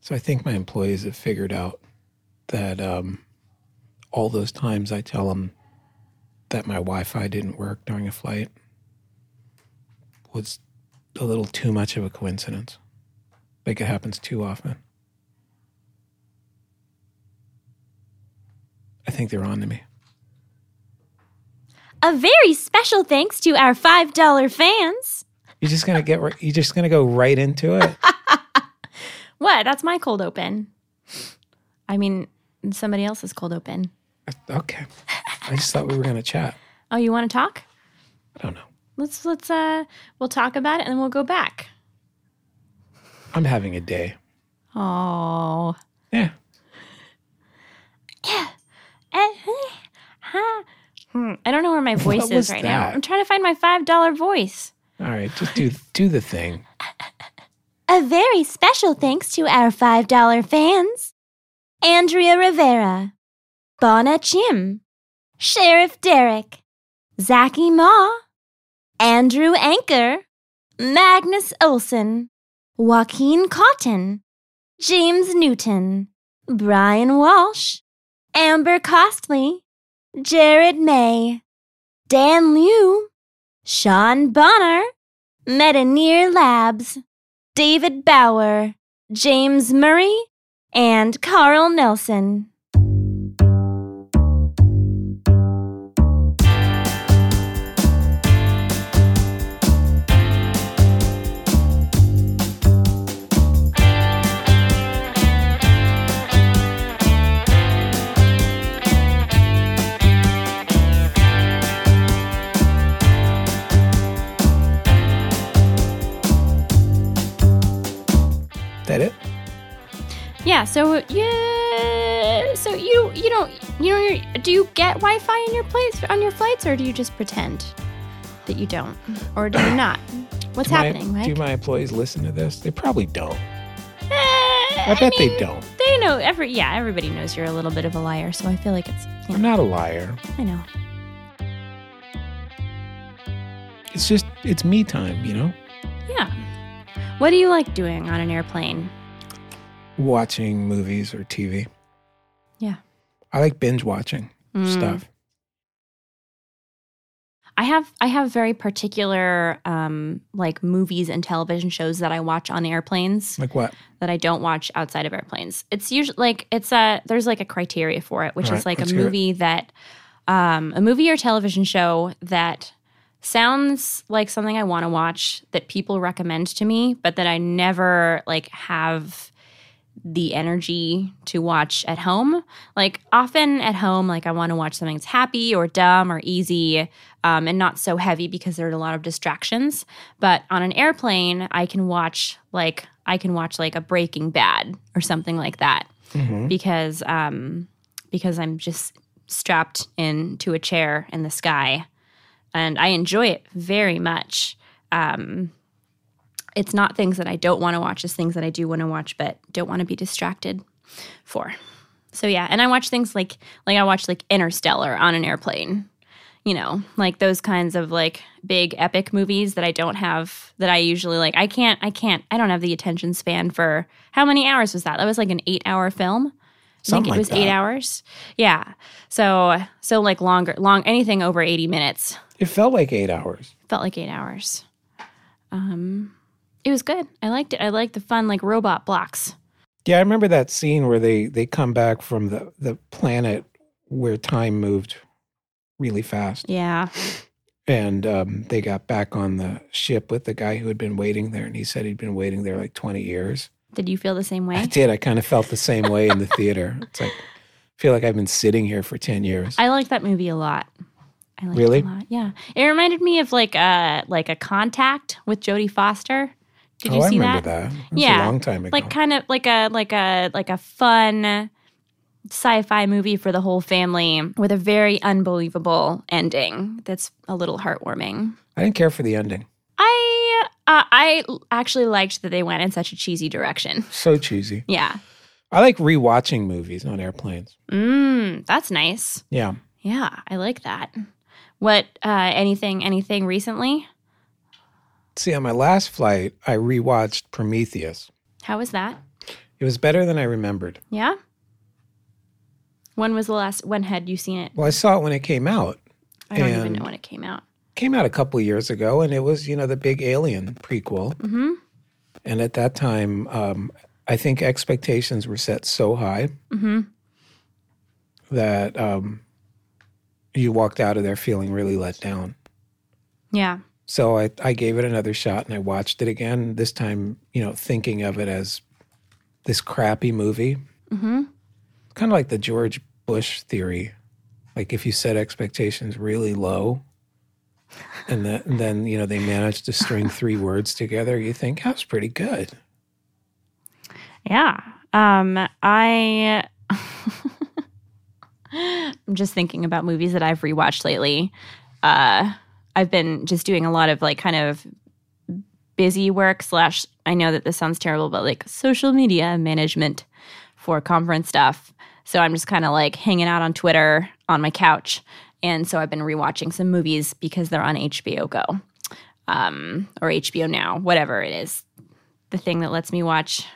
So I think my employees have figured out that um, all those times I tell them that my Wi-Fi didn't work during a flight was a little too much of a coincidence. Like it happens too often. I think they're on to me. A very special thanks to our $5 fans. You're just gonna get. ri- You're just gonna go right into it. What? That's my cold open. I mean, somebody else's cold open. Okay. I just thought we were gonna chat. Oh, you want to talk? I don't know. Let's let's uh we'll talk about it and then we'll go back. I'm having a day. Oh. Yeah. Eh, eh, huh. Hmm. I don't know where my voice What is was right now. that? I'm trying to find my $5 voice. All right. Just do do the thing. A very special thanks to our $5 fans Andrea Rivera, Bona Chim, Sheriff Derek, Zaki Ma, Andrew Anker, Magnus Olson, Joaquin Cotton, James Newton, Brian Walsh, Amber Costley, Jared May, Dan Liu, Sean Bonner, Metaneer Labs. David Bauer, James Murray, and Carl Nelson. That it? Yeah, so yeah, so you you don't you don't do you get Wi-Fi in your place on your flights or do you just pretend that you don't or do you not? What's Do my- happening, Mike? Do my employees listen to this? They probably don't. Eh, I, I, bet they mean, don't. They know every yeah, everybody knows you're a little bit of a liar, so I feel like it's you I'm know, not a liar. I know. It's just it's me time, you know? Yeah. What do you like doing on an airplane? Watching movies or TV. Yeah. I like binge watching Mm. stuff. I have I have very particular um, like movies and television shows that I watch on airplanes Like what? that I don't watch outside of airplanes. It's usually like it's a there's like a criteria for it, which All is right, like a let's hear it. movie that um, a movie or television show that sounds like something I want to watch that people recommend to me, but that I never like have the energy to watch at home. Like often at home, like I want to watch something that's happy or dumb or easy um, and not so heavy because there are a lot of distractions. But on an airplane, I can watch like I can watch like a Breaking Bad or something like that hmm because um, because I'm just strapped into a chair in the sky, and I enjoy it very much. Um, it's not things that I don't want to watch; it's things that I do want to watch, but don't want to be distracted for. So yeah, and I watch things like like I watch like Interstellar on an airplane. You know, like those kinds of like big epic movies that I don't have that I usually like. I can't, I can't, I don't have the attention span for how many hours was that? That was like an eight hour film. Something I think it like was that. eight hours. Yeah. So so like longer long anything over eighty minutes It felt like eight hours. felt like eight hours. Um it was good. I liked it. I liked the fun like robot blocks. Yeah, I remember that scene where they they come back from the the planet where time moved really fast, Yeah. and um, they got back on the ship with the guy who had been waiting there, and he said he'd been waiting there like twenty years. Did you feel the same I way? did. I kind of felt the same way in the theater. It's like I feel like I've been sitting here for ten years. I liked that movie a lot. I liked Really? it a lot. Yeah. It reminded me of like a like a contact with Jodie Foster. Did you oh, see I remember that. It was Yeah, a long time ago. like kind of like a like a like a fun sci-fi movie for the whole family with a very unbelievable ending that's a little heartwarming I didn't care for the ending. i uh, i actually liked that they went in such a cheesy direction So cheesy. yeah I like rewatching movies on airplanes. mm, that's nice Yeah. yeah i like that what uh anything anything recently See, on my last flight, I rewatched Prometheus. how was that It It was better than I remembered. Yeah. When was the last? When had you seen it? Well, I saw it when it came out. I don't even And- know when it came out. came out a couple years ago, and it was you know the big Alien prequel. Mm-hmm. And at that time, um, I think expectations were set so high Mm-hmm. that um, you walked out of there feeling really let down. Yeah. So I, I gave it another shot and I watched it again. This time, you know, thinking of it as this crappy movie, Mm-hmm. kind of like the George Bush theory. Like if you set expectations really low, and, the, and then you know they managed to string three words together, you think that's pretty good. Yeah. Um, I I'm just thinking about movies that I've rewatched lately. Uh, I've been just doing a lot of like kind of busy work slash. I know that this sounds terrible, but like social media management for conference stuff. So I'm just kind of like hanging out on Twitter on my couch, and so I've been rewatching some movies because they're on HBO Go um, or HBO Now, whatever it is, the thing that lets me watch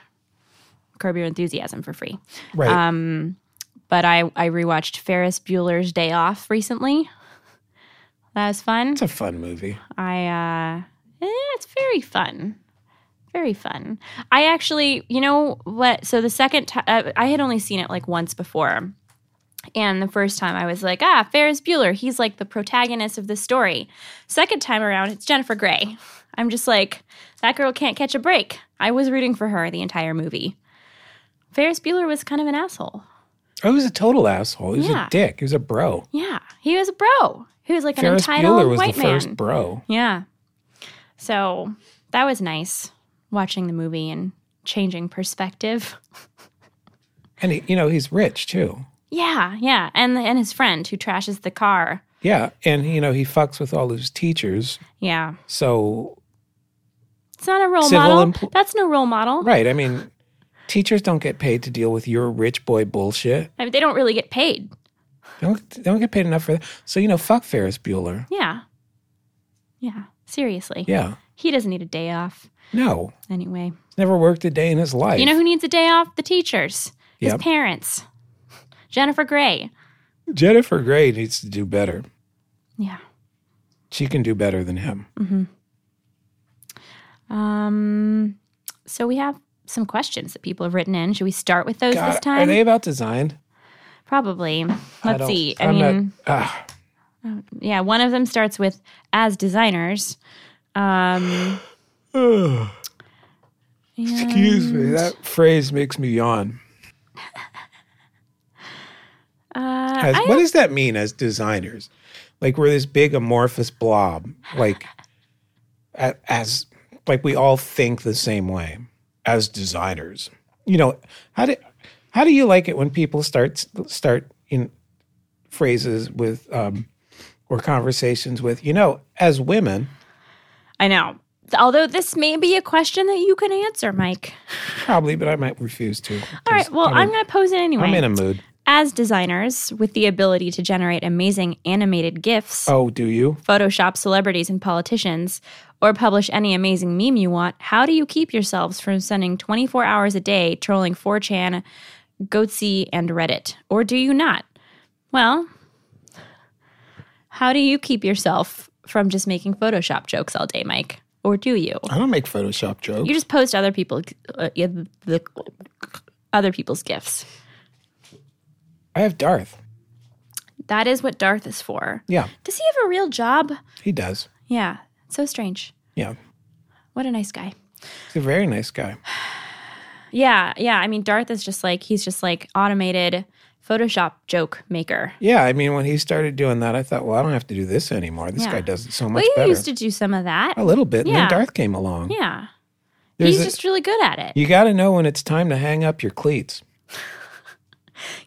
Curb Your Enthusiasm for free. Right. Um, but I, I rewatched Ferris Bueller's Day Off recently. That was fun. it's a fun movie. I uh, eh, it's very fun, very fun. I actually, you know what? So the second time uh, I had only seen it like once before, and the first time I was like, ah, Ferris Bueller, he's like the protagonist of the story. Second time around, it's Jennifer Grey. I'm just like, that girl can't catch a break. I was rooting for her the entire movie. Ferris Bueller was kind of an asshole. I was a total asshole. He was Yeah. a dick. He was a bro. Yeah, he was a bro. He was like an Ferris entitled Bueller was white the first man. bro. Yeah. So that was nice watching the movie and changing perspective. And he, you know, he's rich too. Yeah, yeah. And and his friend who trashes the car. Yeah. And you know, he fucks with all his teachers. Yeah. So It's not a role Civil model. empl- That's no role model. right, I mean, teachers don't get paid to deal with your rich boy bullshit. I mean, they don't really get paid. They don't, they don't get paid enough for that. So, you know, fuck Ferris Bueller. Yeah. Yeah. Seriously. Yeah. He doesn't need a day off No. anyway. He's never worked a day in his life. You know who needs a day off? The teachers. His Yep. parents. Jennifer Grey. Jennifer Grey needs to do better. Yeah. She can do better than him. Mm-hmm. Um so we have some questions that people have written in. Should we start with those this God, time? Are they about design? Probably. I Let's don't- see. I I'm not- mean, ah, yeah, one of them starts with as designers. Um, ugh, excuse me. and, That phrase makes me yawn. Uh, As, I what does that mean as designers? Like we're this big amorphous blob, like a- as like we all think the same way as designers. You know how do how do you like it when people start start in phrases with um, or conversations with you know as women I know. Although this may be a question that you can answer, Mike. probably, but I might refuse to. All right. Well, I'm going to pose it anyway. I'm in a mood. As designers, with the ability to generate amazing animated GIFs, Oh, do you? Photoshop celebrities and politicians, or publish any amazing meme you want, how do you keep yourselves from spending 24 hours a day trolling 4chan, Goatsy, and Reddit? Or do you not? Well, how do you keep yourself from just making Photoshop jokes all day, Mike? Or do you? I don't make Photoshop jokes. You just post other people, uh, yeah, the, other people's gifts. I have Darth. That is what Darth is for. Yeah, Does he have a real job? he does. Yeah, so strange. Yeah, What a nice guy. he's a very nice guy. Yeah, yeah. I mean, Darth is just like he's just like automated Photoshop joke maker. Yeah, I mean, when he started doing that, I thought, well, I don't have to do this anymore. This Yeah. guy does it so Well, much you better. used to do some of that. a little bit, and Yeah. then Darth came along. Yeah, There's he's a- just really good at it. you got to know when it's time to hang up your cleats.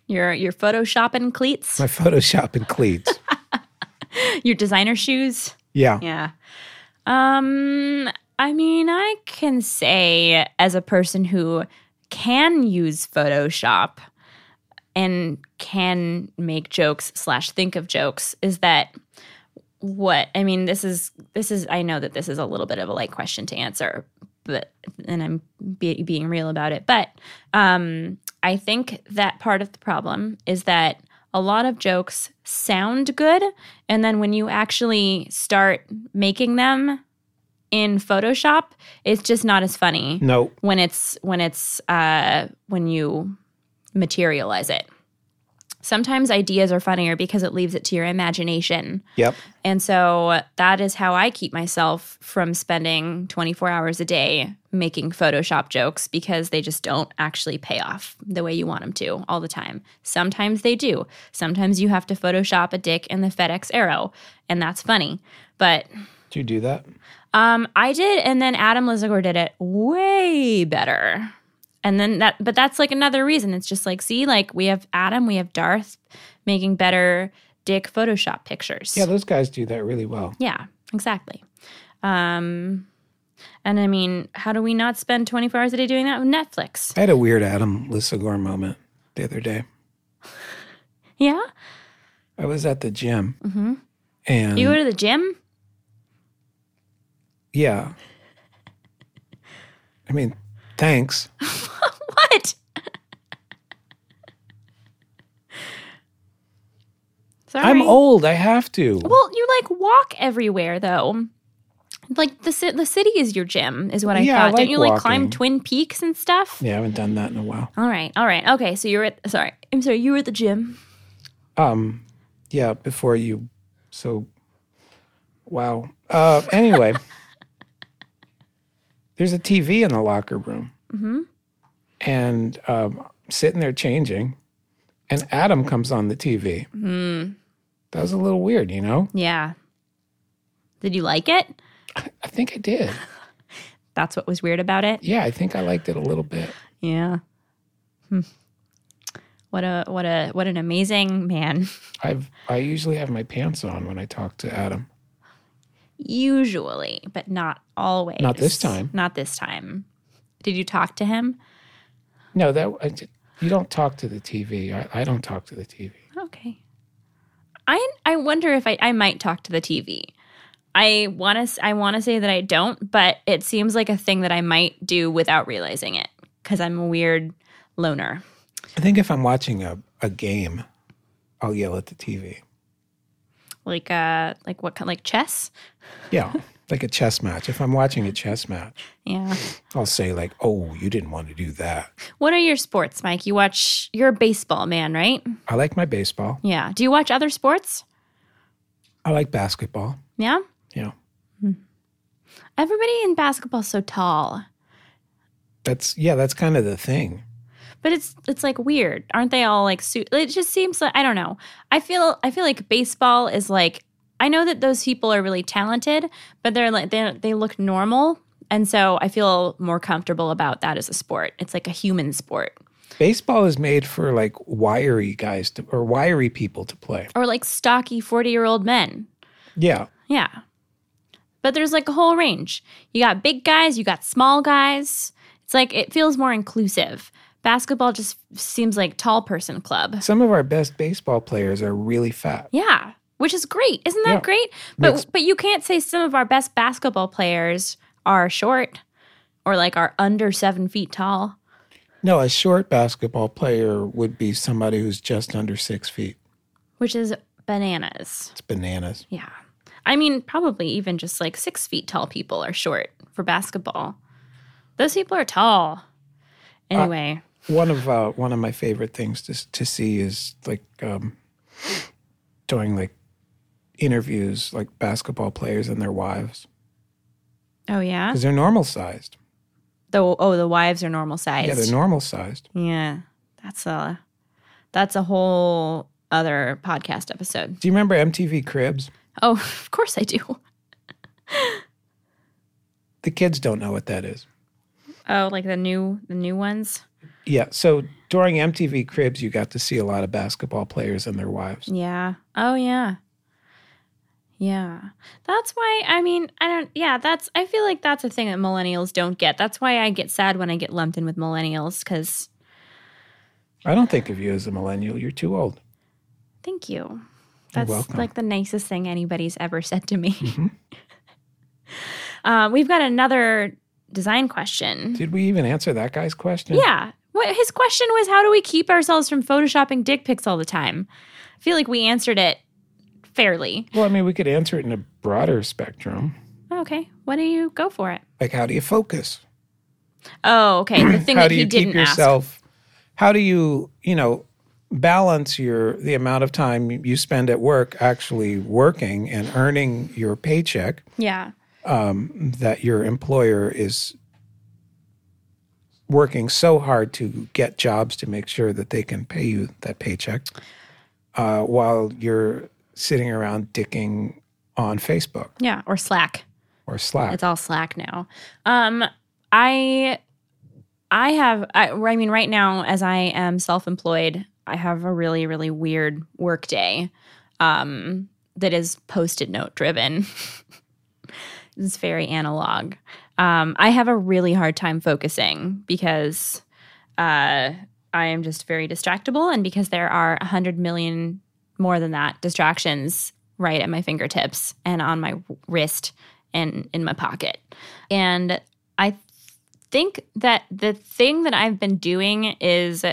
Your your photoshopping cleats, My Photoshop and cleats. your designer shoes. yeah. Yeah. Um, I mean, I can say as a person who can use Photoshop and can make jokes slash think of jokes is that what I mean, this is this is I know that this is a little bit of a light question to answer, but and I'm be, being real about it. But um, I think that part of the problem is that a lot of jokes sound good, and then when you actually start making them in Photoshop, it's just not as funny No, when it's when it's uh, when you materialize it. Sometimes ideas are funnier because it leaves it to your imagination. yep, And so that is how I keep myself from spending 24 hours a day making Photoshop jokes because they just don't actually pay off the way you want them to all the time. Sometimes they do. Sometimes you have to Photoshop a dick in the FedEx arrow, and that's funny. But do you do that? um, I did, and then Adam Lizagor did it way better. And then that, but that's like another reason. It's just like, see, like we have Adam, we have Darth making better dick Photoshop pictures. Yeah, those guys do that really well. Yeah, exactly. Um, and I mean, how do we not spend 24 hours a day doing that with Netflix? I had a weird Adam Lissagore moment the other day. Yeah. I was at the gym hmm and You go to the gym? yeah. I mean, thanks. What? Sorry. I'm old. I have to. Well, you like walk everywhere though. Like the ci- the city is your gym, is what I Yeah, I thought. like Don't you like climb walking. Twin Peaks and stuff? Yeah, I haven't done that in a while. All right, all right, okay. So you're at sorry, I'm sorry. You were at the gym. Um, yeah, before you. So, wow. Uh, anyway, there's a TV in the locker room, hmm and um, sitting there changing, and Adam comes on the TV. Mm, That was a little weird, you know. yeah. Did you like it? I think I did. That's what was weird about it. Yeah, I think I liked it a little bit. Yeah. Hmm. What a what a what an amazing man. I've I usually have my pants on when I talk to Adam. Usually, but not always. Not this time. Not this time. Did you talk to him? No, that I did- you don't talk to the TV. I, I don't talk to the TV. Okay. I I wonder if I, I might talk to the TV. I want to I want to say that I don't, but it seems like a thing that I might do without realizing it because I'm a weird loner. I think if I'm watching a, a game, I'll yell at the TV. Like uh like what kind like chess? Yeah, like a chess match. If I'm watching a chess match, Yeah. I'll say like, "Oh, you didn't want to do that." What are your sports, Mike? You watch you're a baseball man, right? I like my baseball. Yeah. Do you watch other sports? I like basketball. Yeah. Hmm. Yeah, Everybody in basketball's so tall. that's yeah, that's kind of the thing. But it's it's like weird, aren't they all like suit? It just seems like I don't know. I feel I feel like baseball is like I know that those people are really talented, but they're like they they look normal, and so I feel more comfortable about that as a sport. It's like a human sport, Baseball is made for like wiry guys to, or wiry people to play. or like stocky forty year old men. Yeah, Yeah, but there's like a whole range. You got big guys, you got small guys. It's like it feels more inclusive. Basketball just seems like tall person club. some of our best baseball players are really fat. Yeah, which is great. Isn't that Yeah. great? But Makes- but you can't say some of our best basketball players are short or like are under seven feet tall. No, a short basketball player would be somebody who's just under six feet. Which is bananas. It's bananas. Yeah. I mean, probably even just like six feet tall people are short for basketball. Those people are tall. Anyway, One of uh, one of my favorite things to s- to see is like um, doing like interviews like basketball players and their wives oh yeah. because they're normal sized. The oh the wives are normal Yeah, sized. they're normal sized. yeah. That's a that's a whole other podcast episode. Do you remember MTV Cribs? Oh, of course I do. The kids don't know what that is. Oh, like the new the new ones. Yeah, so during MTV Cribs, you got to see a lot of basketball players and their wives. Yeah. Oh yeah. Yeah. That's why I mean, I don't yeah, that's I feel like that's a thing that millennials don't get. That's why I get sad when I get lumped in with millennials cuz I don't think of you as a millennial. You're too old. thank you. That's welcome. like the nicest thing anybody's ever said to me. Uh, we've got another design question. Did we even answer that guy's question? Yeah. What his question was how do we keep ourselves from photoshopping dick pics all the time? I feel like we answered it fairly. Well, I mean, we could answer it in a broader spectrum. Okay. Why do you go for it? Like, how do you focus? Oh, okay. The thing how that do he you didn't keep yourself? How do you, you know, balance your the amount of time you spend at work actually working and earning your paycheck ask. Yeah. um, that your employer is working so hard to get jobs to make sure that they can pay you that paycheck uh, while you're sitting around dicking on Facebook Yeah. Or Slack. or Slack. It's all Slack now. Um, I, I have. I, I mean, right now, as I am self-employed, I have a really, really weird work day um, that is post-it note driven. it's very analog. Um, I have a really hard time focusing because uh, I am just very distractible, and because there are a hundred million more than that distractions right at my fingertips and on my wrist and in my pocket. And I th- think that the thing that I've been doing is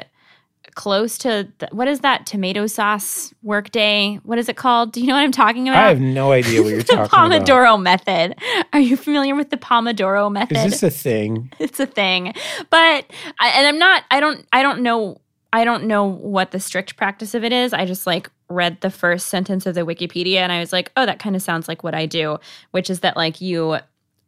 close to the, what is that tomato sauce workday? What is it called? Do you know what I'm talking about? I have no idea what you're the talking about. Pomodoro method. Are you familiar with the Pomodoro method? Is this a thing? it's a thing but I, and i'm not i don't i don't know i don't know what the strict practice of it is i just like read the first sentence of the wikipedia and i was like oh that kind of sounds like what i do which is that like you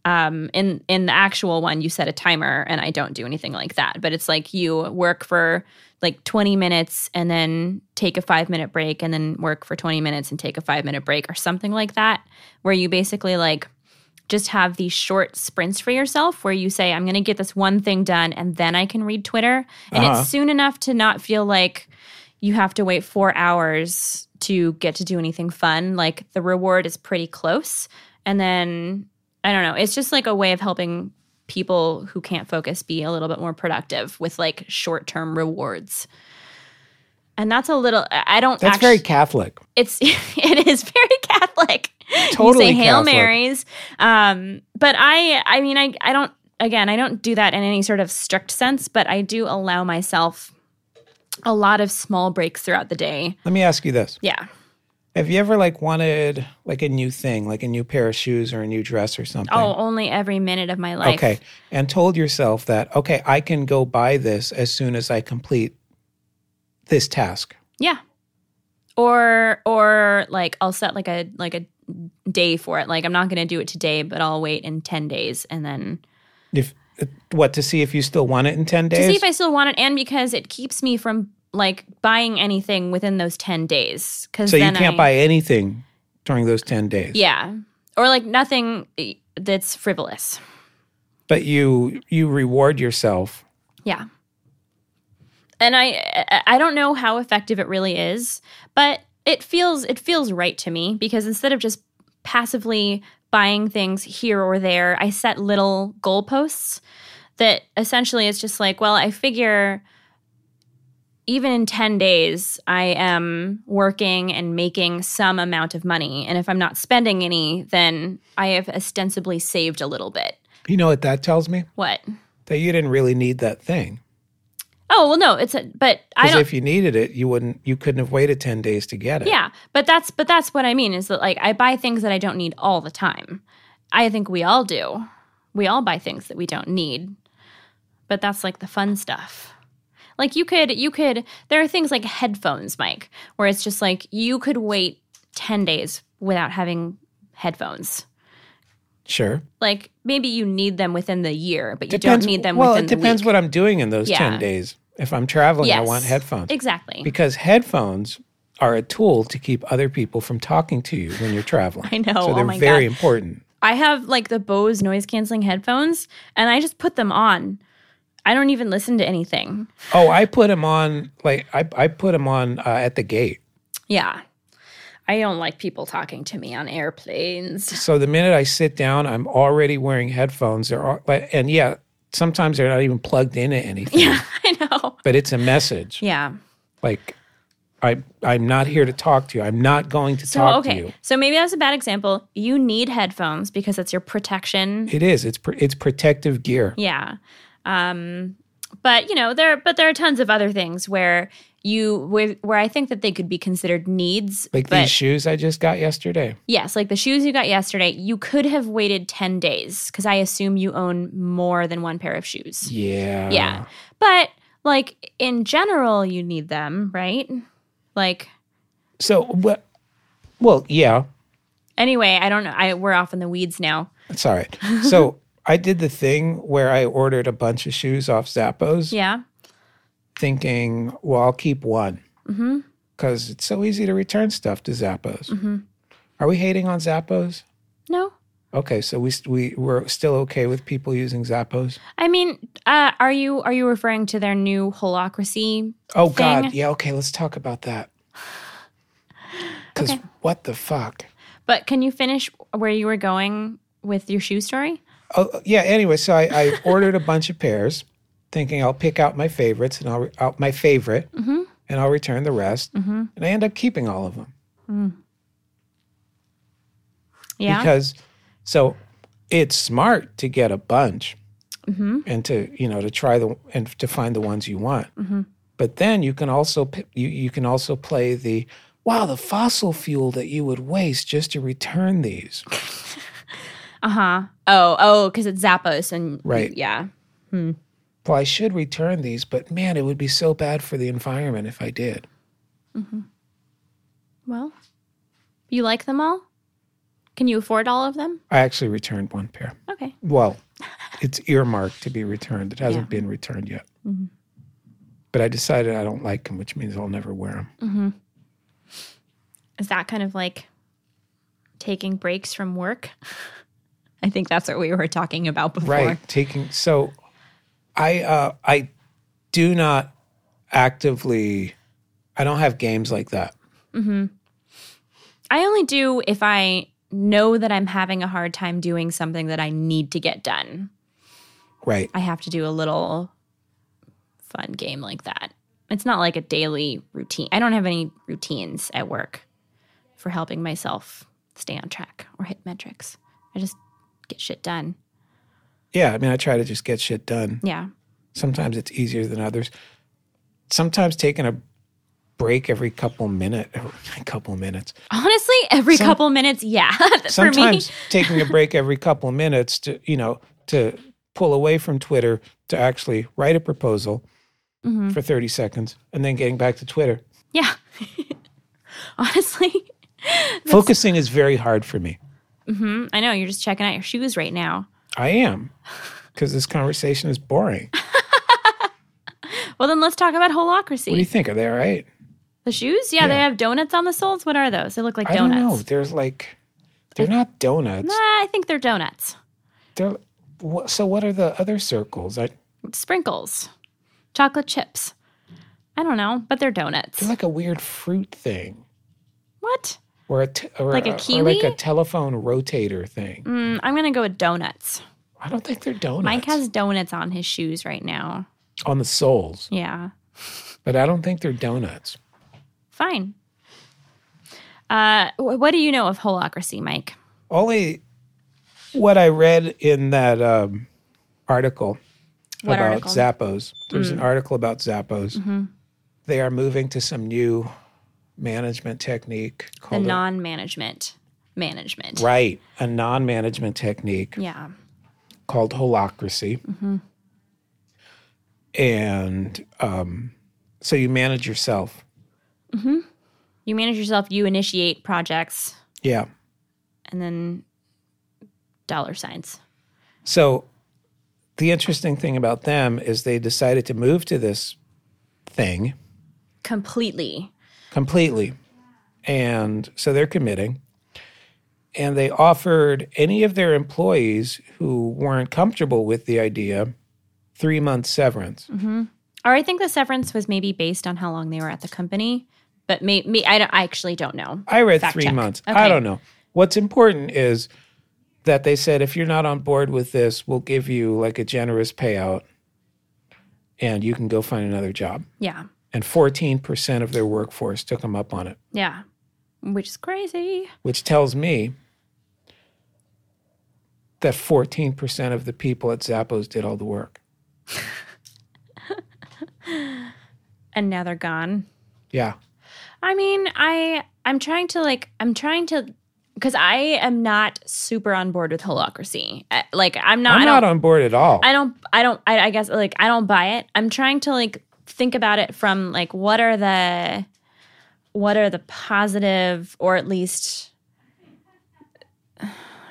um in in the actual one you set a timer and i don't do anything like that but it's like you work for like 20 minutes and then take a 5 minute break and then work for 20 minutes and take a 5 minute break or something like that where you basically like just have these short sprints for yourself where you say, I'm going to get this one thing done and then I can read Twitter. And Uh-huh. it's soon enough to not feel like you have to wait four hours to get to do anything fun. Like the reward is pretty close. And then I don't know. It's just like a way of helping people who can't focus be a little bit more productive with like short term rewards. And that's a little, I I don't That's actually very Catholic. it's it is very Catholic. Totally you say Hail Catholic. Marys. Um, but I I mean I I don't again I don't do that in any sort of strict sense, but I do allow myself a lot of small breaks throughout the day. Let me ask you this. Yeah. Have you ever like wanted like a new thing, like a new pair of shoes or a new dress or something? Oh, only every minute of my life. okay. And told yourself that, okay, I can go buy this as soon as I complete this task. Yeah. Or or like I'll set like a like a day for it. Like I'm not going to do it today, but I'll wait in 10 days and then If uh, what to see if you still want it in 10 days? to see if I still want it, and because it keeps me from like buying anything within those ten days. Because so you then can't I, buy anything during those 10 days. yeah, or like nothing eh, that's frivolous. But you you reward yourself. Yeah, and I I- I don't know how effective it really is, but it feels it feels right to me because instead of just passively buying things here or there, I set little goalposts that essentially it's just like, well, I figure even in 10 days, I am working and making some amount of money. And if I'm not spending any, then I have ostensibly saved a little bit. You know what that tells me? What? That you didn't really need that thing. Oh, well, no, it's a, but I Because don't. if you needed it, you wouldn't you couldn't have waited 10 days to get it. Yeah, but that's but that's what I mean is that like I buy things that I don't need all the time. I think we all do. We all buy things that we don't need. But that's like the fun stuff. Like you could you could there are things like headphones, Mike, where it's just like you could wait 10 days without having headphones. Sure. Like maybe you need them within the year, but you Depends- don't need them well, within it depends the week. what I'm doing in those 10 Yeah. days. If I'm traveling, I want Yes. headphones. Exactly. because headphones are a tool to keep other people from talking to you when you're traveling. I know. So Oh they're my very God. important. I have like the Bose noise canceling headphones and I just put them on. I don't even listen to anything. Oh, I put them on like I I put them on uh, at the gate. Yeah. I don't like people talking to me on airplanes. So the minute I sit down, I'm already wearing headphones. They're all, like, and yeah, sometimes they're not even plugged into anything, Yeah, I know. but it's a message. Yeah. Like I I'm not here to talk to you. I'm not going to So, talk okay. to you. So maybe that's a bad example. You need headphones because that's your protection. It is. It's pr- it's protective gear. Yeah. Um, but you know, there but there are tons of other things where you where, where I think that they could be considered needs. Like but these shoes I just got yesterday. yes, like the shoes you got yesterday, you could have waited 10 days cuz I assume you own more than one pair of shoes. Yeah. Yeah. But like in general you need them, right? Like So what? Well, yeah. anyway, I don't know. I we're off in the weeds now. It's all right. So I did the thing where I ordered a bunch of shoes off Zappos, Yeah. thinking, well, I'll keep one Mhm. because it's so easy to return stuff to Zappos. Mhm. Are we hating on Zappos? No. Okay, so we st- we we're still okay with people using Zappos. I mean, uh, are you are you referring to their new holocracy? Oh Thing. God, yeah. Okay, let's talk about that. Because Okay. what the fuck? But can you finish where you were going with your shoe story? Oh yeah. Anyway, so I, I ordered a bunch of pairs, thinking I'll pick out my favorites and I'll re- out my favorite, Mhm. and I'll return the rest. Mm-hmm. And I end up keeping all of them Yeah. because so it's smart to get a bunch mm-hmm. and to you know to try the and to find the ones you want. Mhm. But then you can also p- you you can also play the wow the fossil fuel that you would waste just to return these. Uh huh. Oh, oh, because it's Zappos and Right. Yeah. Well, I should return these, but man, it would be so bad for the environment if I did. Well, you like them all? Can you afford all of them? I actually returned one pair. Okay. Well, it's earmarked to be returned. It hasn't been returned yet. But I decided I don't like them, which means I'll never wear them. Is that kind of like taking breaks from work? I think that's what we were talking about before. right taking so i uh i do not actively i don't have games like that I only do if I know that I'm having a hard time doing something that I need to get done. right I have to do a little fun game like that. It's not like a daily routine. I don't have any routines at work for helping myself stay on track or hit metrics. I just get shit done. yeah i mean i try to just get shit done Yeah. sometimes it's easier than others sometimes taking a break every couple minute every couple minutes Honestly, every Some- couple minutes, yeah. for me, sometimes taking a break every couple minutes to you know to pull away from twitter to actually write a proposal Mhm. for 30 seconds and then getting back to twitter yeah. Honestly, focusing is very hard for me hmm I know you're just checking out your shoes right now. I am, because this conversation is boring. Well, then let's talk about What do you holocracy. think? Are they all right? The shoes? Yeah, they Yeah. have donuts on the soles. What are those? They look like I don't know. donuts. There's like, they're not donuts. Nah, I think they're donuts. They're wha- so. What are the other circles? I, sprinkles, chocolate chips. I don't know, but they're donuts. they're like a weird fruit thing, What? or a t- or Like a or like a kiwi? telephone rotator thing. Mm, I'm gonna go with donuts. I don't think they're donuts. Mike has donuts on his shoes right now. on the soles, Yeah, but I don't think they're donuts. fine. Uh, wh- what do you know of holocracy, Mike? Only what I read in that um, article What about article? Hmm. Mm-hmm. Zappos. There's an article about Zappos. They are moving to some new management technique The called a- non-management management. right a non-management technique Yeah. called holocracy. Mm-hmm. And um, so you manage yourself. You manage yourself. You initiate projects, Yeah. and then dollar signs. So the interesting thing about them is they decided to move to this thing Completely. completely. And so they're committing. And they offered any of their employees who weren't comfortable with the idea three months severance. Mm-hmm. Or I think the severance was maybe based on how long they were at the company, but may, may, I, don't, I actually don't know. I read Fact three check. months. I Okay. don't know. What's important is that they said if you're not on board with this, we'll give you like a generous payout and you can go find another job. Yeah. and 14% of their workforce took them up on it, Yeah. Which is crazy. which tells me that 14% of the people at Zappos did all the work. And now they're gone. Yeah. I mean, I I'm trying to like I'm trying to because I am not super on board with holocracy. Uh, Like I'm not. I'm I not don't, on board at all. I don't. I don't. I, I guess like I don't buy it. I'm trying to like think about it from like what are the what are the positive or at least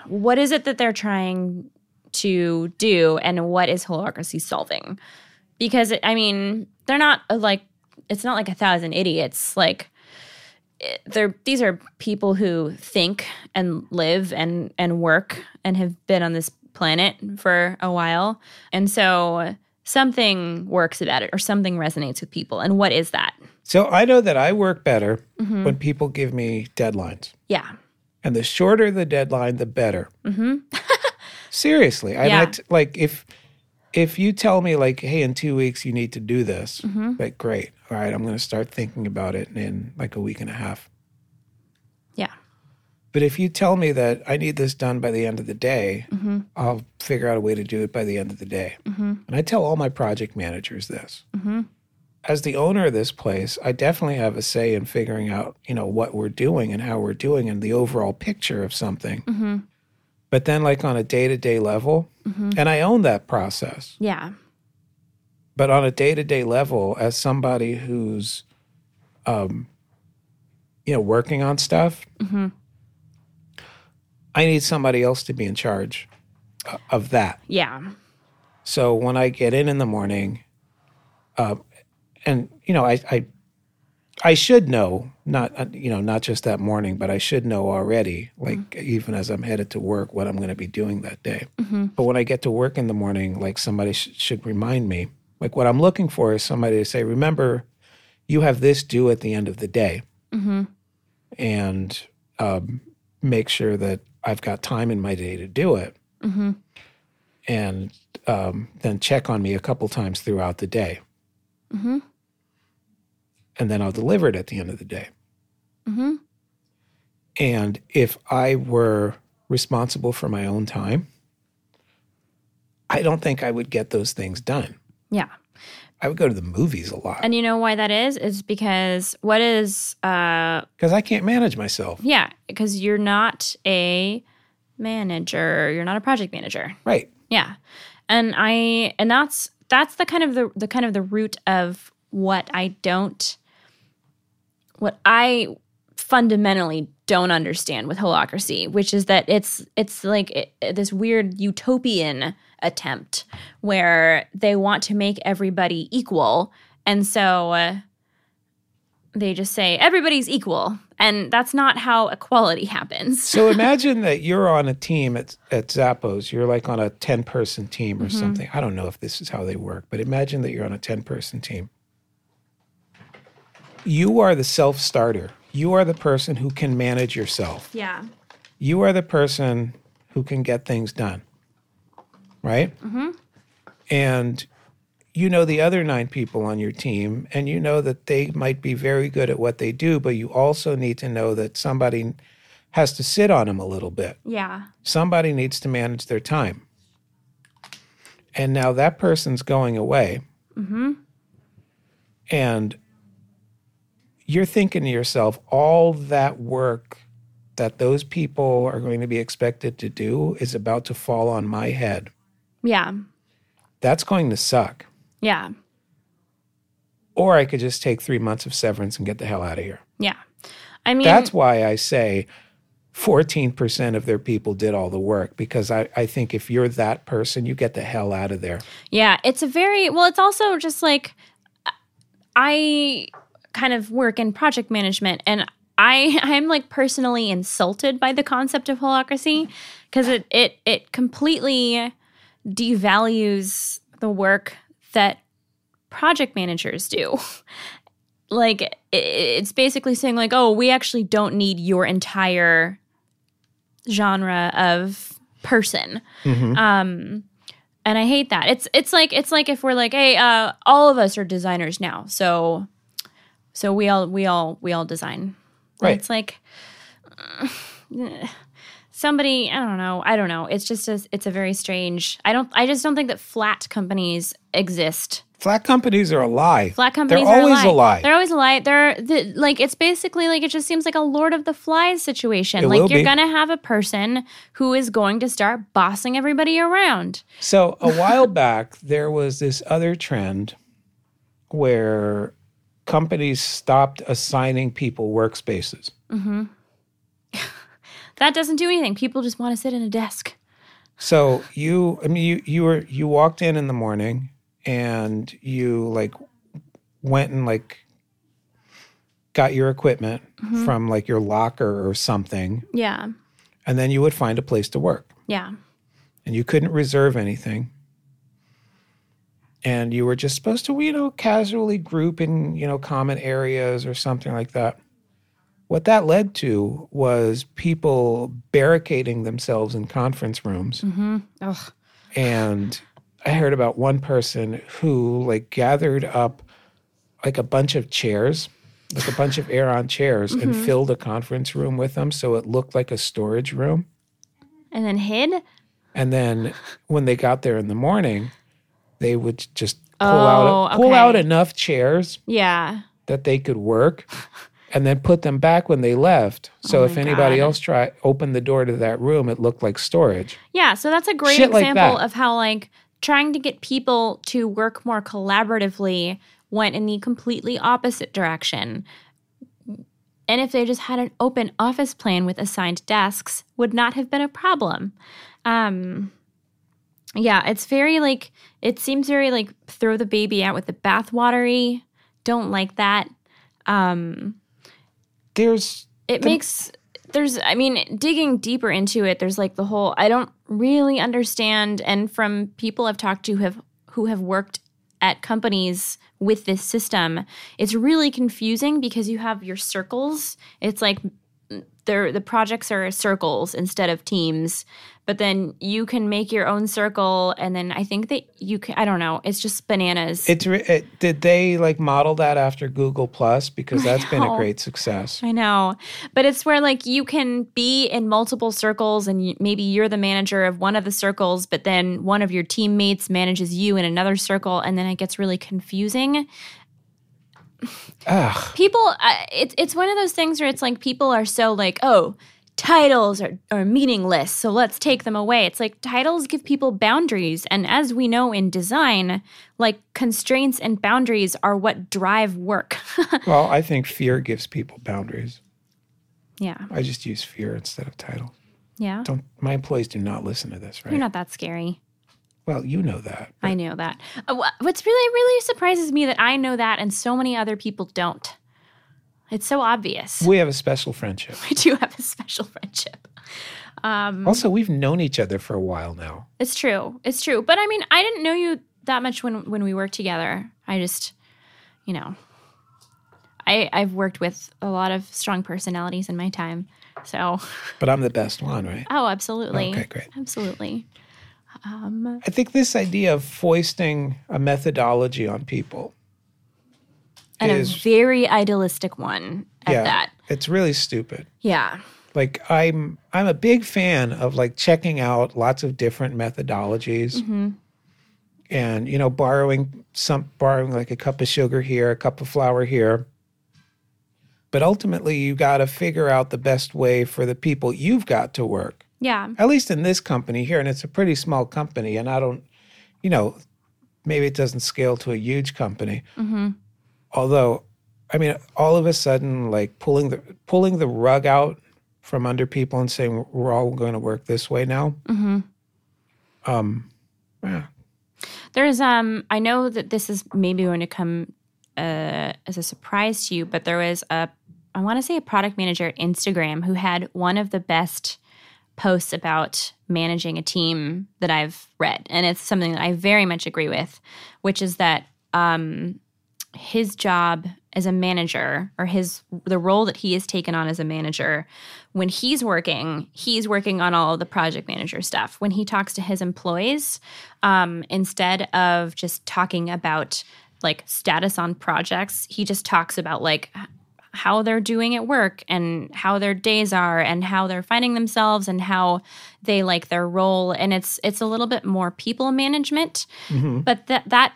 what is it that they're trying to do and what is holocracy solving because i mean they're not uh, like it's not like a thousand idiots like it- they're these are people who think and live and and work and have been on this planet for a while and so something works about it or something resonates with people and what is that so I know that I work better Mm-hmm. when people give me deadlines. yeah And the shorter the deadline, the better. Mm-hmm. Seriously, I Yeah. like like if if you tell me like, hey, in two weeks you need to do this, Mm-hmm. like great, all right, I'm going to start thinking about it in like a week and a half. yeah But if you tell me that I need this done by the end of the day, Mm-hmm. I'll figure out a way to do it by the end of the day. And I tell all my project managers this. As the owner of this place, I definitely have a say in figuring out, you know, what we're doing and how we're doing and the overall picture of something. Mm-hmm. But then, like on a day to day level, and I own that process. yeah But on a day to day level, as somebody who's, um, you know, working on stuff, Mm-hmm. I need somebody else to be in charge o- of that. yeah So when I get in in the morning, uh, and you know, I, I, I should know not uh, you know not just that morning, but I should know already, like even as I'm headed to work, what I'm going to be doing that day. But when I get to work in the morning, like somebody sh- should remind me, like what I'm looking for is somebody to say, remember, you have this due at the end of the day, Mm-hmm. and um, make sure that I've got time in my day to do it and um, then check on me a couple times throughout the day. Mm-hmm. And then I'll deliver it at the end of the day. Mm-hmm. And if I were responsible for my own time, I don't think I would get those things done. yeah I would go to the movies a lot And you know why that is? Is because what is uh because I can't manage myself. yeah, because you're not a manager, you're not a project manager. Right. Yeah. And I and that's that's the kind of the the kind of the root of what I don't what I fundamentally don't understand with holocracy, which is that it's it's like it, it- this weird utopian attempt where they want to make everybody equal and so uh, they just say everybody's equal and that's not how equality happens. So imagine that you're on a team at, at Zappos. You're like on a 10 person team or something. I don't know if this is how they work, but imagine that you're on a 10 person team. You are the self starter. You are the person who can manage yourself. Yeah. You are the person who can get things done. Right? Mm-hmm. And you know the other nine people on your team, and you know that they might be very good at what they do, but you also need to know that somebody has to sit on them a little bit Yeah. somebody needs to manage their time. And now that person's going away. And you're thinking to yourself, all that work that those people are going to be expected to do is about to fall on my head. Yeah. That's going to suck. Yeah. Or I could just take three months of severance and get the hell out of here. Yeah. I mean, That's why I say 14% of their people did all the work because I, I think if you're that person, you get the hell out of there. yeah, it's a very, well, it's also just like uh, I kind of work in project management and I I'm like personally insulted by the concept of holocracy because it it it completely devalues the work that project managers do. like i- i- it's basically saying like, "Oh, we actually don't need your entire genre of person." Um and I hate that. It's it's like it's like if we're like, "Hey, uh all of us are designers now." So So we all we all we all design. Right. It's like somebody I don't know I don't know. It's just a, it's a very strange. I don't I just don't think that flat companies exist. Flat companies are a lie. Flat companies They're are always a, lie. a lie. They're always a lie. They're the, like it's basically like it just seems like a Lord of the Flies situation. It like will you're be. gonna have a person who is going to start bossing everybody around. So a while back, there was this other trend where companies stopped assigning people workspaces. That doesn't do anything. People just want to sit in a desk. So you, I mean, you you were you walked in in the morning and you like went and like got your equipment Mm-hmm. from like your locker or something, Yeah. and then you would find a place to work. Yeah. and you couldn't reserve anything. And you were just supposed to, you know, casually group in, you know, common areas or something like that. What that led to was people barricading themselves in conference rooms. Mm-hmm. Ugh. And I heard about one person who, like, gathered up like a bunch of chairs, like a bunch of air on chairs, and filled a conference room with them. So it looked like a storage room. And then hid. And then when they got there in the morning, they would just pull Oh, out pull out okay. enough chairs Yeah. that they could work and then put them back when they left. So Oh if my anybody God. else tried opened the door to that room, it looked like storage. Yeah. So that's a great Shit like example that. of how like trying to get people to work more collaboratively went in the completely opposite direction. And if they just had an open office plan with assigned desks, would not have been a problem. Um yeah, it's very like it seems very like throw the baby out with the bathwatery. Don't like that. Um There's it The- makes there's i mean digging deeper into it there's like the whole i don't really understand and from people i've talked to who have who have worked at companies with this system it's really confusing because you have your circles it's like they're, the projects are circles instead of teams but then you can make your own circle and then i think that you can i don't know it's just bananas it's re- it, did they like model that after Google Plus because that's been a No. great success. I know. But it's where like you can be in multiple circles and you, maybe you're the manager of one of the circles, but then one of your teammates manages you in another circle and then it gets really confusing. Ugh. People uh, it's it's one of those things where it's like people are so like, "Oh, titles are are meaningless, so let's take them away." It's like titles give people boundaries, and as we know in design, like constraints and boundaries are what drive work. Well, I think fear gives people boundaries. yeah. I just use fear instead of title. Yeah. Don't my employees do not listen to this, right? You're not that scary. well, you know that. I know that. Uh, wh- What's really, really surprises me that I know that and so many other people don't. It's so obvious. We have a special friendship. We do have a special friendship. Um, Also, we've known each other for a while now. it's true. It's true. But I mean, I didn't know you that much when when we worked together. I just, you know, I I've worked with a lot of strong personalities in my time. So, But I'm the best one, right? oh, absolutely, Okay, great. absolutely. Um, I think this idea of foisting a methodology on people and is a very idealistic one at yeah, that. it's really stupid. Yeah. Like I'm I'm a big fan of like checking out lots of different methodologies. And you know, borrowing some borrowing like a cup of sugar here, a cup of flour here. But ultimately, you got to figure out the best way for the people you've got to work. Yeah. at least in this company here, and it's a pretty small company, and I don't, you know, maybe it doesn't scale to a huge company. Mhm. Although, I mean, all of a sudden, like pulling the pulling the rug out from under people and saying we're all going to work this way now. Mhm. Um, yeah, There's um I know that this is maybe going to come uh, as a surprise to you, but there was a I want to say a product manager at Instagram who had one of the best posts about managing a team that I've read, and it's something that I very much agree with, which is that um, his job as a manager or his the role that he has taken on as a manager when he's working he's working on all of the project manager stuff when he talks to his employees um, instead of just talking about like status on projects. He just talks about like h- how they're doing at work and how their days are and how they're finding themselves and how they like their role and it's it's a little bit more people management but that that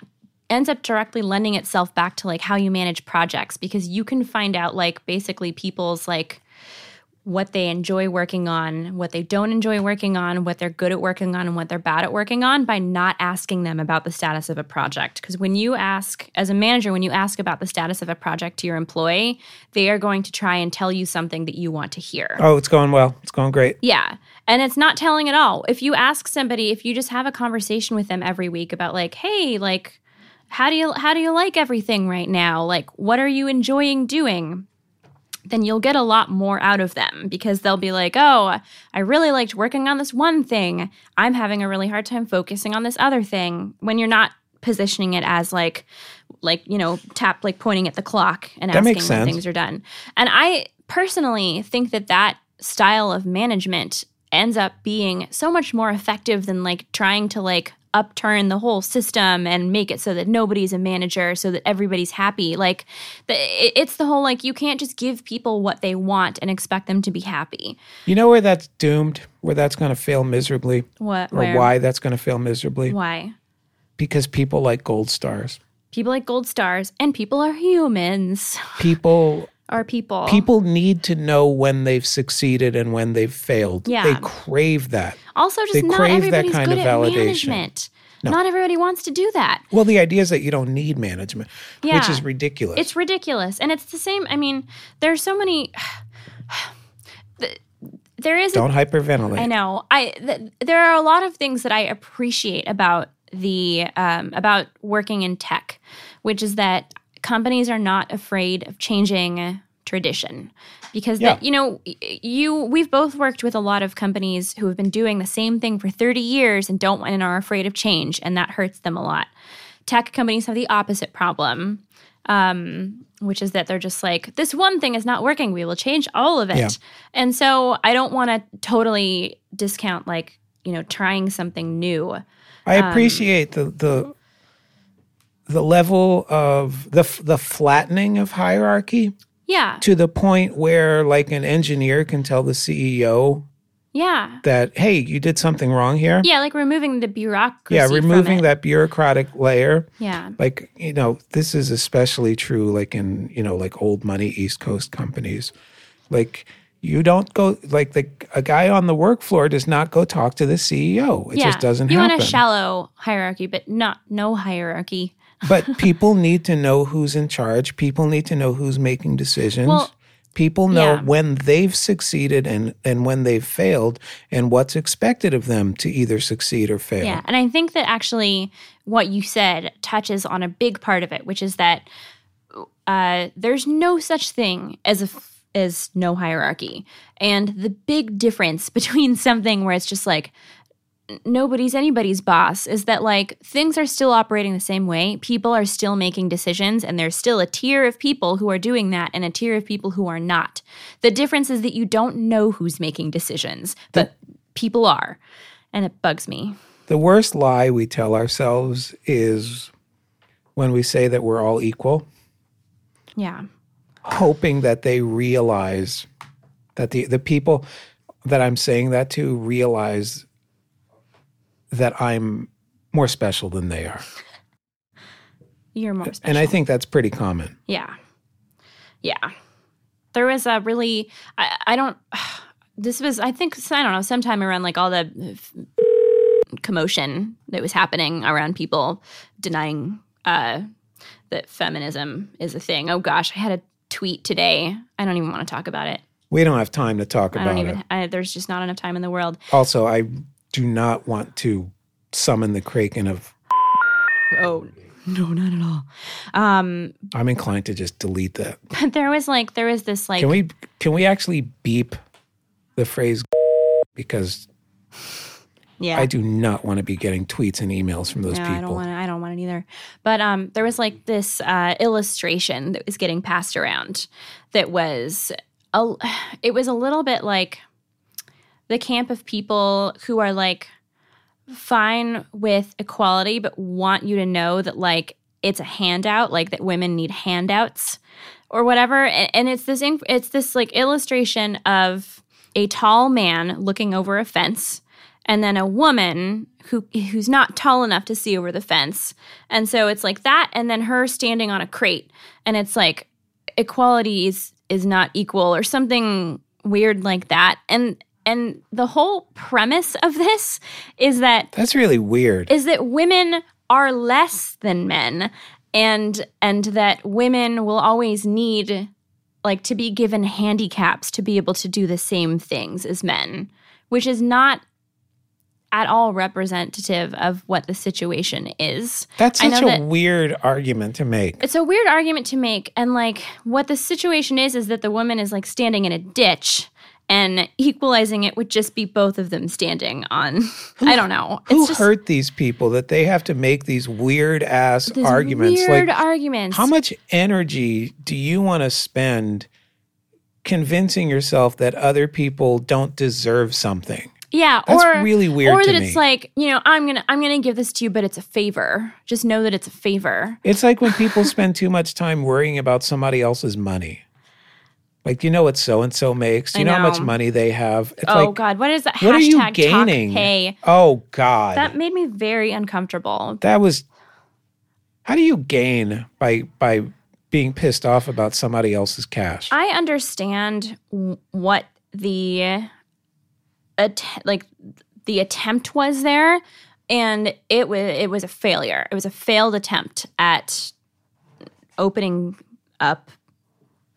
ends up directly lending itself back to like how you manage projects because you can find out like basically people's like what they enjoy working on, what they don't enjoy working on, what they're good at working on, and what they're bad at working on by not asking them about the status of a project. Because when you ask, as a manager, when you ask about the status of a project to your employee, they are going to try and tell you something that you want to hear. Oh, it's going well. It's going great. Yeah. And it's not telling at all. If you ask somebody, if you just have a conversation with them every week about like, hey, like, how do you how do you like everything right now? Like, what are you enjoying doing? Then you'll get a lot more out of them because they'll be like, "Oh, I really liked working on this one thing. I'm having a really hard time focusing on this other thing." When you're not positioning it as like like, you know, tap like pointing at the clock and That asking makes when sense. things are done. And I personally think that that style of management ends up being so much more effective than like trying to like upturn the whole system and make it so that nobody's a manager so that everybody's happy like the, it- it's the whole like you can't just give people what they want and expect them to be happy You know where that's doomed, where that's going to fail miserably, what or where- why that's going to fail miserably? why Because people like gold stars. people like gold stars and people are humans People are people people need to know when they've succeeded and when they've failed. Yeah. They crave that. also just they not crave that everybody's kind good of at validation. management not everybody wants to do that Well, the idea is that you don't need management, which Yeah. is ridiculous. It's ridiculous. And it's the same. I mean, there's so many. th- there is. a- don't hyperventilate. I know. I th- there are a lot of things that I appreciate about the um, about working in tech, which is that companies are not afraid of changing tradition because Yeah. that you know y- you we've both worked with a lot of companies who have been doing the same thing for 30 years and don't and are afraid of change and that hurts them a lot tech companies have the opposite problem um, which is that they're just like this one thing is not working we will change all of it Yeah. and so i don't want to totally discount like you know trying something new I um, appreciate the the the level of the f- the flattening of hierarchy yeah to the point where like an engineer can tell the CEO yeah that hey, you did something wrong here. yeah like removing the bureaucracy yeah, from removing it. that bureaucratic layer. yeah Like, you know, this is especially true like in, you know, like old money East Coast companies. Like you don't go like the a guy on the work floor does not go talk to the CEO. It yeah just doesn't you happen. want a shallow hierarchy but not no hierarchy but people need to know who's in charge. People need to know who's making decisions. Well, people know yeah. when they've succeeded and, and when they've failed and what's expected of them to either succeed or fail. Yeah. And I think that actually what you said touches on a big part of it, which is that uh, there's no such thing as a f- as no hierarchy. And the big difference between something where it's just like n- nobody's anybody's boss is that like things are still operating the same way. People are still making decisions and there's still a tier of people who are doing that and a tier of people who are not. The difference is that you don't know who's making decisions, but people are. And it bugs me. The worst lie we tell ourselves is when we say that we're all equal, Yeah. hoping that they realize that the, the people that I'm saying that to realize that I'm more special than they are. You're more special. And I think that's pretty common. yeah. Yeah. There was a really, I, I don't, this was, I think, I don't know, sometime around like all the commotion that was happening around people denying uh, that feminism is a thing. Oh gosh, I had a tweet today. I don't even want to talk about it. We don't have time to talk I about don't it. even, I, there's just not enough time in the world. Also, I do not want to summon the Kraken of. Oh, no, not at all. Um, I'm inclined to just delete that. but there was like, there was this like, Can we can we actually beep the phrase because yeah. I do not want to be getting tweets and emails from those No, people. I don't want it. I don't want it either. But um, there was like this uh, illustration that was getting passed around that was a, it was a little bit like the camp of people who are like fine with equality but want you to know that like it's a handout, like that women need handouts or whatever. And, and it's this inc- it's this like illustration of a tall man looking over a fence and then a woman who who's not tall enough to see over the fence. And so it's like that and then her standing on a crate and it's like equality is is not equal or something weird like that. And and the whole premise of this is that That's really weird. is that women are less than men and and that women will always need like to be given handicaps to be able to do the same things as men which is not at all representative of what the situation is That's I such a know that- weird argument to make. it's a weird argument to make and like what the situation is is that the woman is like standing in a ditch and equalizing it would just be both of them standing on i don't know Who it's just hurt these people that they have to make these weird ass these arguments? weird like, arguments how much energy do you want to spend convincing yourself that other people don't deserve something? Yeah, That's or really weird or to that me. it's like you know I'm gonna I'm gonna give this to you, but it's a favor. Just know that it's a favor. It's like when people spend too much time worrying about somebody else's money. Like, you know what so and so makes? You I know. how much know. money they have? It's oh like, God, what is that? what are Hashtag you talk gaining? pay. Oh, God. That made me very uncomfortable. that was how do you gain by by being pissed off about somebody else's cash I understand w- what the att- like the attempt was there, and it was it was a failure. It was a failed attempt at opening up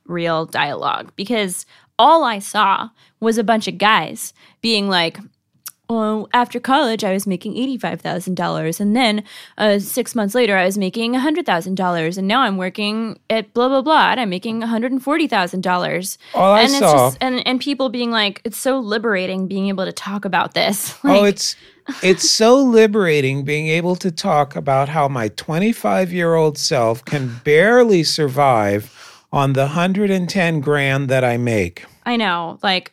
real dialogue because all I saw was a bunch of guys being like. Well, after college, I was making eighty-five thousand dollars, and then uh, six months later, I was making hundred thousand dollars, and now I'm working at blah blah blah, and I'm making one hundred and forty thousand dollars. All I and it's saw- just, and and people being like, it's so liberating being able to talk about this. Like, oh it's it's so liberating being able to talk about how my 25 year old self can barely survive on the 110 grand that i make I know. Like,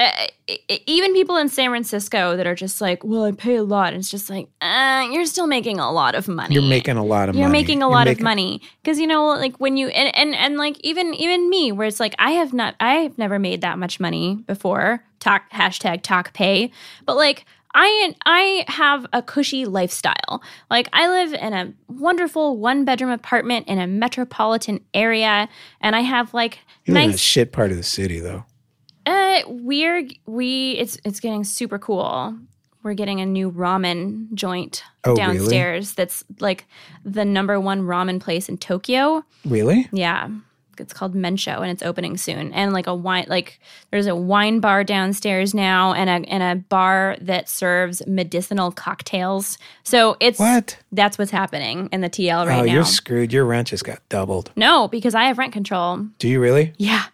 uh, e- e- even people in San Francisco that are just like, well, I pay a lot. And it's just like, uh, you're still making a lot of money. you're making a lot of You're money making a lot of money because you know, like when you and, and and like even even me, where it's like I have not, I have never made that much money before. Talk hashtag talk pay, but like I I have a cushy lifestyle. Like I live in a wonderful one bedroom apartment in a metropolitan area, and I have like you live in a nice shit part of the city though uh, we're we it's it's getting super cool. We're getting a new ramen joint Oh, really? downstairs that's like the number one ramen place in Tokyo. really Yeah. It's called Mensho and it's opening soon. And like a wine like there's a wine bar downstairs now and a and a bar that serves medicinal cocktails. So it's what that's what's happening in the TL right oh now. you're screwed your rent just got doubled No, because I have rent control. do you really Yeah.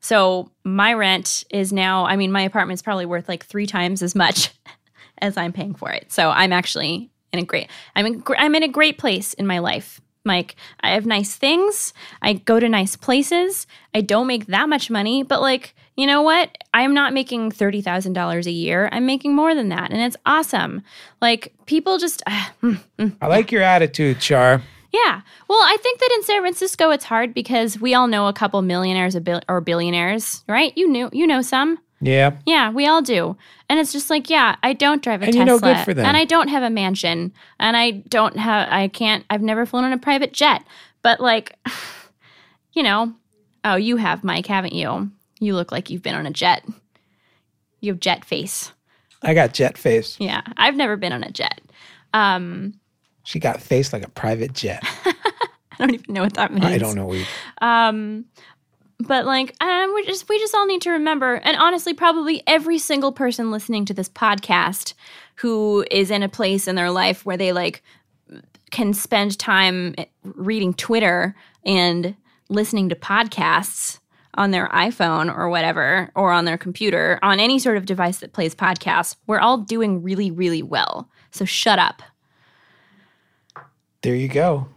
So my rent is now, I mean, my apartment's probably worth like three times as much as I'm paying for it. So I'm actually in a great, I'm in, gr- I'm in a great place in my life. Like I have nice things. I go to nice places. I don't make that much money, but like, you know what? I'm not making $30,000 a year. I'm making more than that. And it's awesome. Like people just, mm, i like your attitude char yeah. Well, I think that in San Francisco it's hard because we all know a couple millionaires or bil- or billionaires, right? You knew you know some. yeah Yeah, we all do. And it's just like, yeah, I don't drive a And Tesla you know, good for them. and I don't have a mansion and I don't have I can't I've never flown in a private jet. But like you know, oh, you have Mike, haven't you? You look like you've been on a jet. You have jet face. i got jet face Yeah. I've never been on a jet. Um, she got face like a private jet I don't even know what that means. i don't know either. Um, but like, um, we just we just all need to remember, and honestly, probably every single person listening to this podcast who is in a place in their life where they like can spend time reading Twitter and listening to podcasts on their iPhone or whatever, or on their computer, on any sort of device that plays podcasts, we're all doing really, really well. So shut up. There you go.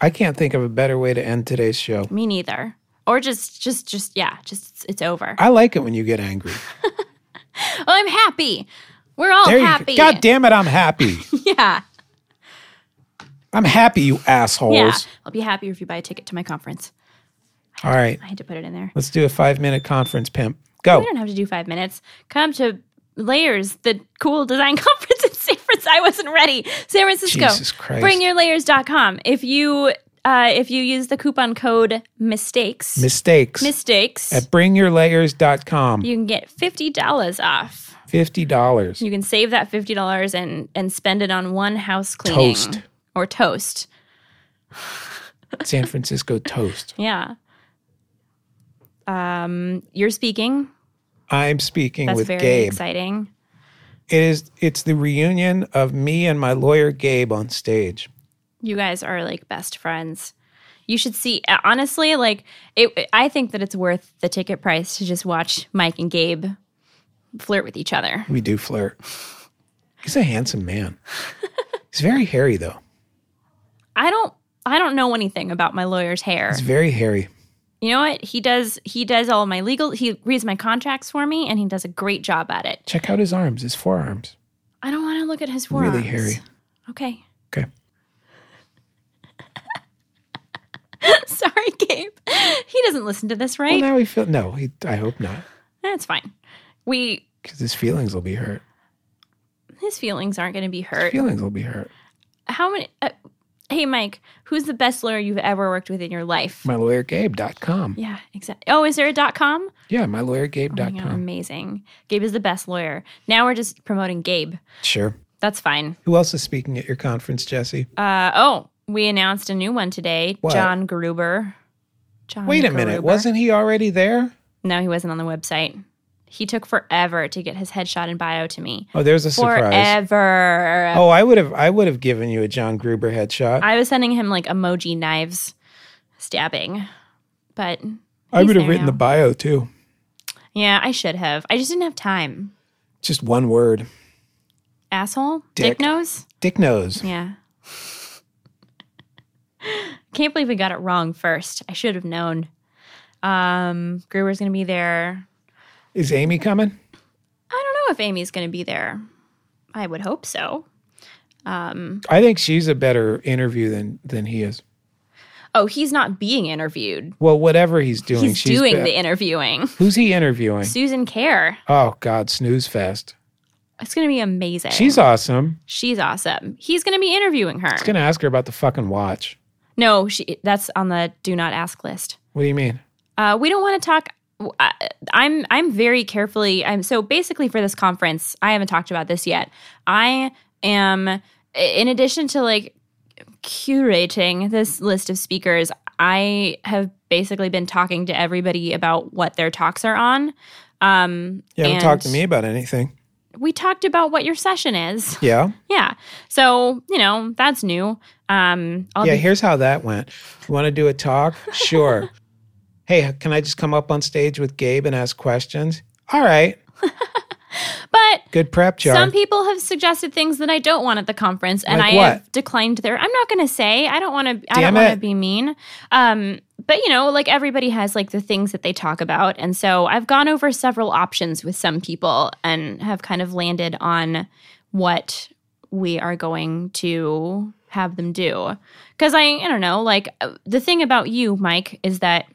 I can't think of a better way to end today's show. Me neither. Or just, just, just, yeah, just it's, it's over. I like it when you get angry. Oh, I'm happy. We're all There you go. happy. God damn it, I'm happy. Yeah. I'm happy, you assholes. Yeah, I'll be happier if you buy a ticket to my conference. All right, I had to put it in there. let's do a five minute conference, pimp. Go. We don't have to do five minutes. Come to Layers, the cool design conference in San Francisco. I wasn't ready. San Francisco. Jesus Christ. Bringyourlayers.com. If you uh, if you use the coupon code mistakes Mistakes mistakes, at bringyourlayers.com. you can get fifty dollars off. $50. You can save that fifty dollars and and spend it on one house cleaning Toast. or toast. San Francisco toast. Yeah. Um, you're speaking. I'm speaking That's with very Gabe. exciting. It is it's the reunion of me and my lawyer Gabe on stage. You guys are like best friends. You should see uh, honestly like it I think that it's worth the ticket price to just watch Mike and Gabe flirt with each other. We do flirt. He's a handsome man. He's very hairy though. I don't I don't know anything about my lawyer's hair. He's very hairy. You know what? He does he does all my legal he reads my contracts for me and he does a great job at it. Check out his arms, his forearms. I don't want to look at his forearms. Really hairy. Okay. Okay. Sorry, Gabe. He doesn't listen to this, Well, right? now he feel no. He, I hope not, That's fine. We because his feelings will be hurt. his feelings aren't going to be His hurt. feelings will be hurt. How many? Uh, hey, Mike, who's the best lawyer you've ever worked with in your life? MyLawyerGabe.com. Yeah, exactly. Oh, is there a dot com? Yeah, Oh my God, MyLawyerGabe.com. amazing. Gabe is the best lawyer. Now we're just promoting Gabe. Sure. That's fine. Who else is speaking at your conference, Jesse? Uh, oh, we announced a new one today. What? John Gruber. John Wait a minute. Gruber. Wasn't he already there? No, he wasn't on the website. He took forever to get his headshot and bio to me. Oh, there's a surprise. Forever. Oh, I would have. I would have given you a John Gruber headshot. I was sending him like emoji knives stabbing, but I he's would have there written now. the bio too. Yeah, I should have. I just didn't have time. Just one word. Asshole? Dick. Dick, nose? Dick nose. Yeah. Can't believe we got it wrong first. I should have known. Um, Gruber's going to be there. Is Amy coming? I don't know if Amy's going to be there. I would hope so. I think she's a better interview than than he is. Oh, he's not being interviewed. Well, whatever he's doing, He's she's doing be- the interviewing. Who's he interviewing? Susan Kerr. Oh God, snooze fest. It's going to be amazing. She's awesome. She's awesome. He's going to be interviewing her. I was gonna ask her about the fucking watch. no, she, that's on the do not ask list. What do you mean? Uh, we don't want to talk. I, I'm I'm very carefully. I'm so basically for this conference. I haven't talked about this yet. I am in addition to like curating this list of speakers. I have basically been talking to everybody about what their talks are on. Um, You haven't and talked to me about anything. We talked about what your session is. Yeah. Yeah. So you know that's new. Um, I'll yeah. be- Here's how that went. You want to do a talk? Sure. hey, can I just come up on stage with Gabe and ask questions? All right. but Good prep jar. Some people have suggested things that I don't want at the conference, and Like I what? have declined their. I'm not going to say. I don't want to. I Damn don't want it. to be mean. Um, but you know, like everybody has like the things that they talk about, and so I've gone over several options with some people and have kind of landed on what we are going to have them do. Because I, I don't know. Like uh, the thing about you, Mike, is that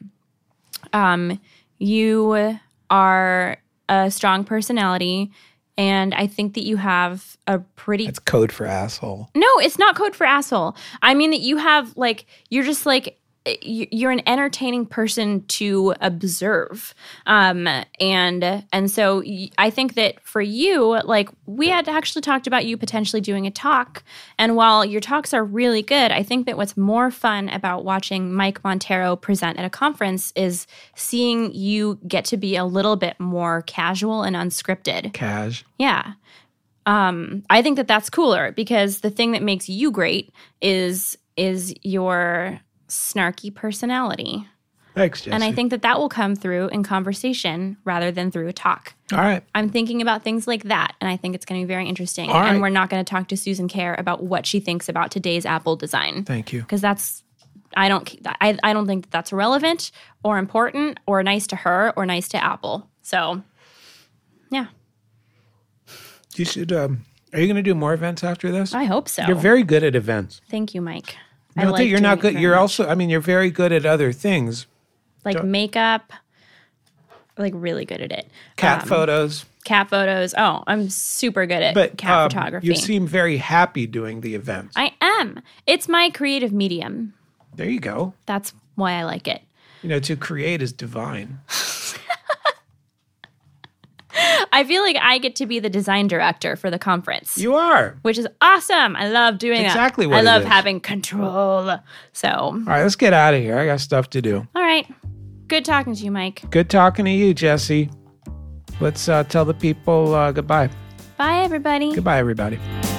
um, you are a strong personality and i think that you have a pretty That's code for asshole. no it's not code for asshole i mean that you have like you're just like y- you're an entertaining person to observe um and and so y- i think that for you like we had actually talked about you potentially doing a talk and while your talks are really good i think that what's more fun about watching mike montero present at a conference is seeing you get to be a little bit more casual and unscripted Cash. yeah. Um, I think that that's cooler because the thing that makes you great is is your snarky personality. Thanks, Jesse. And I think that that will come through in conversation rather than through a talk. All right. I'm thinking about things like that and I think it's going to be very interesting. All right. And we're not going to talk to Susan Kerr about what she thinks about today's Apple design Thank you. because that's I don't I, I don't think that that's relevant or important or nice to her or nice to Apple. So yeah. You should um Are you going to do more events after this? I hope so. You're very good at events. Thank you, Mike. I Not that like you're not doing good. it You're very also, I mean, you're very good at other things. much. like makeup, like really good at it. Cat Um, photos, cat photos. Oh, I'm super good at but cat um, photography. You seem very happy doing the events. I am. It's my creative medium. there you go. That's why I like it. You know, to create is divine. I feel like I get to be the design director for the conference, You are. which is awesome. I love doing that. Exactly what I it love is. having control. So, All right, let's get out of here. I got stuff to do. all right. Good talking to you, Mike. Good talking to you, Jesse. Let's uh, tell the people uh, goodbye. Bye, everybody. Goodbye, everybody.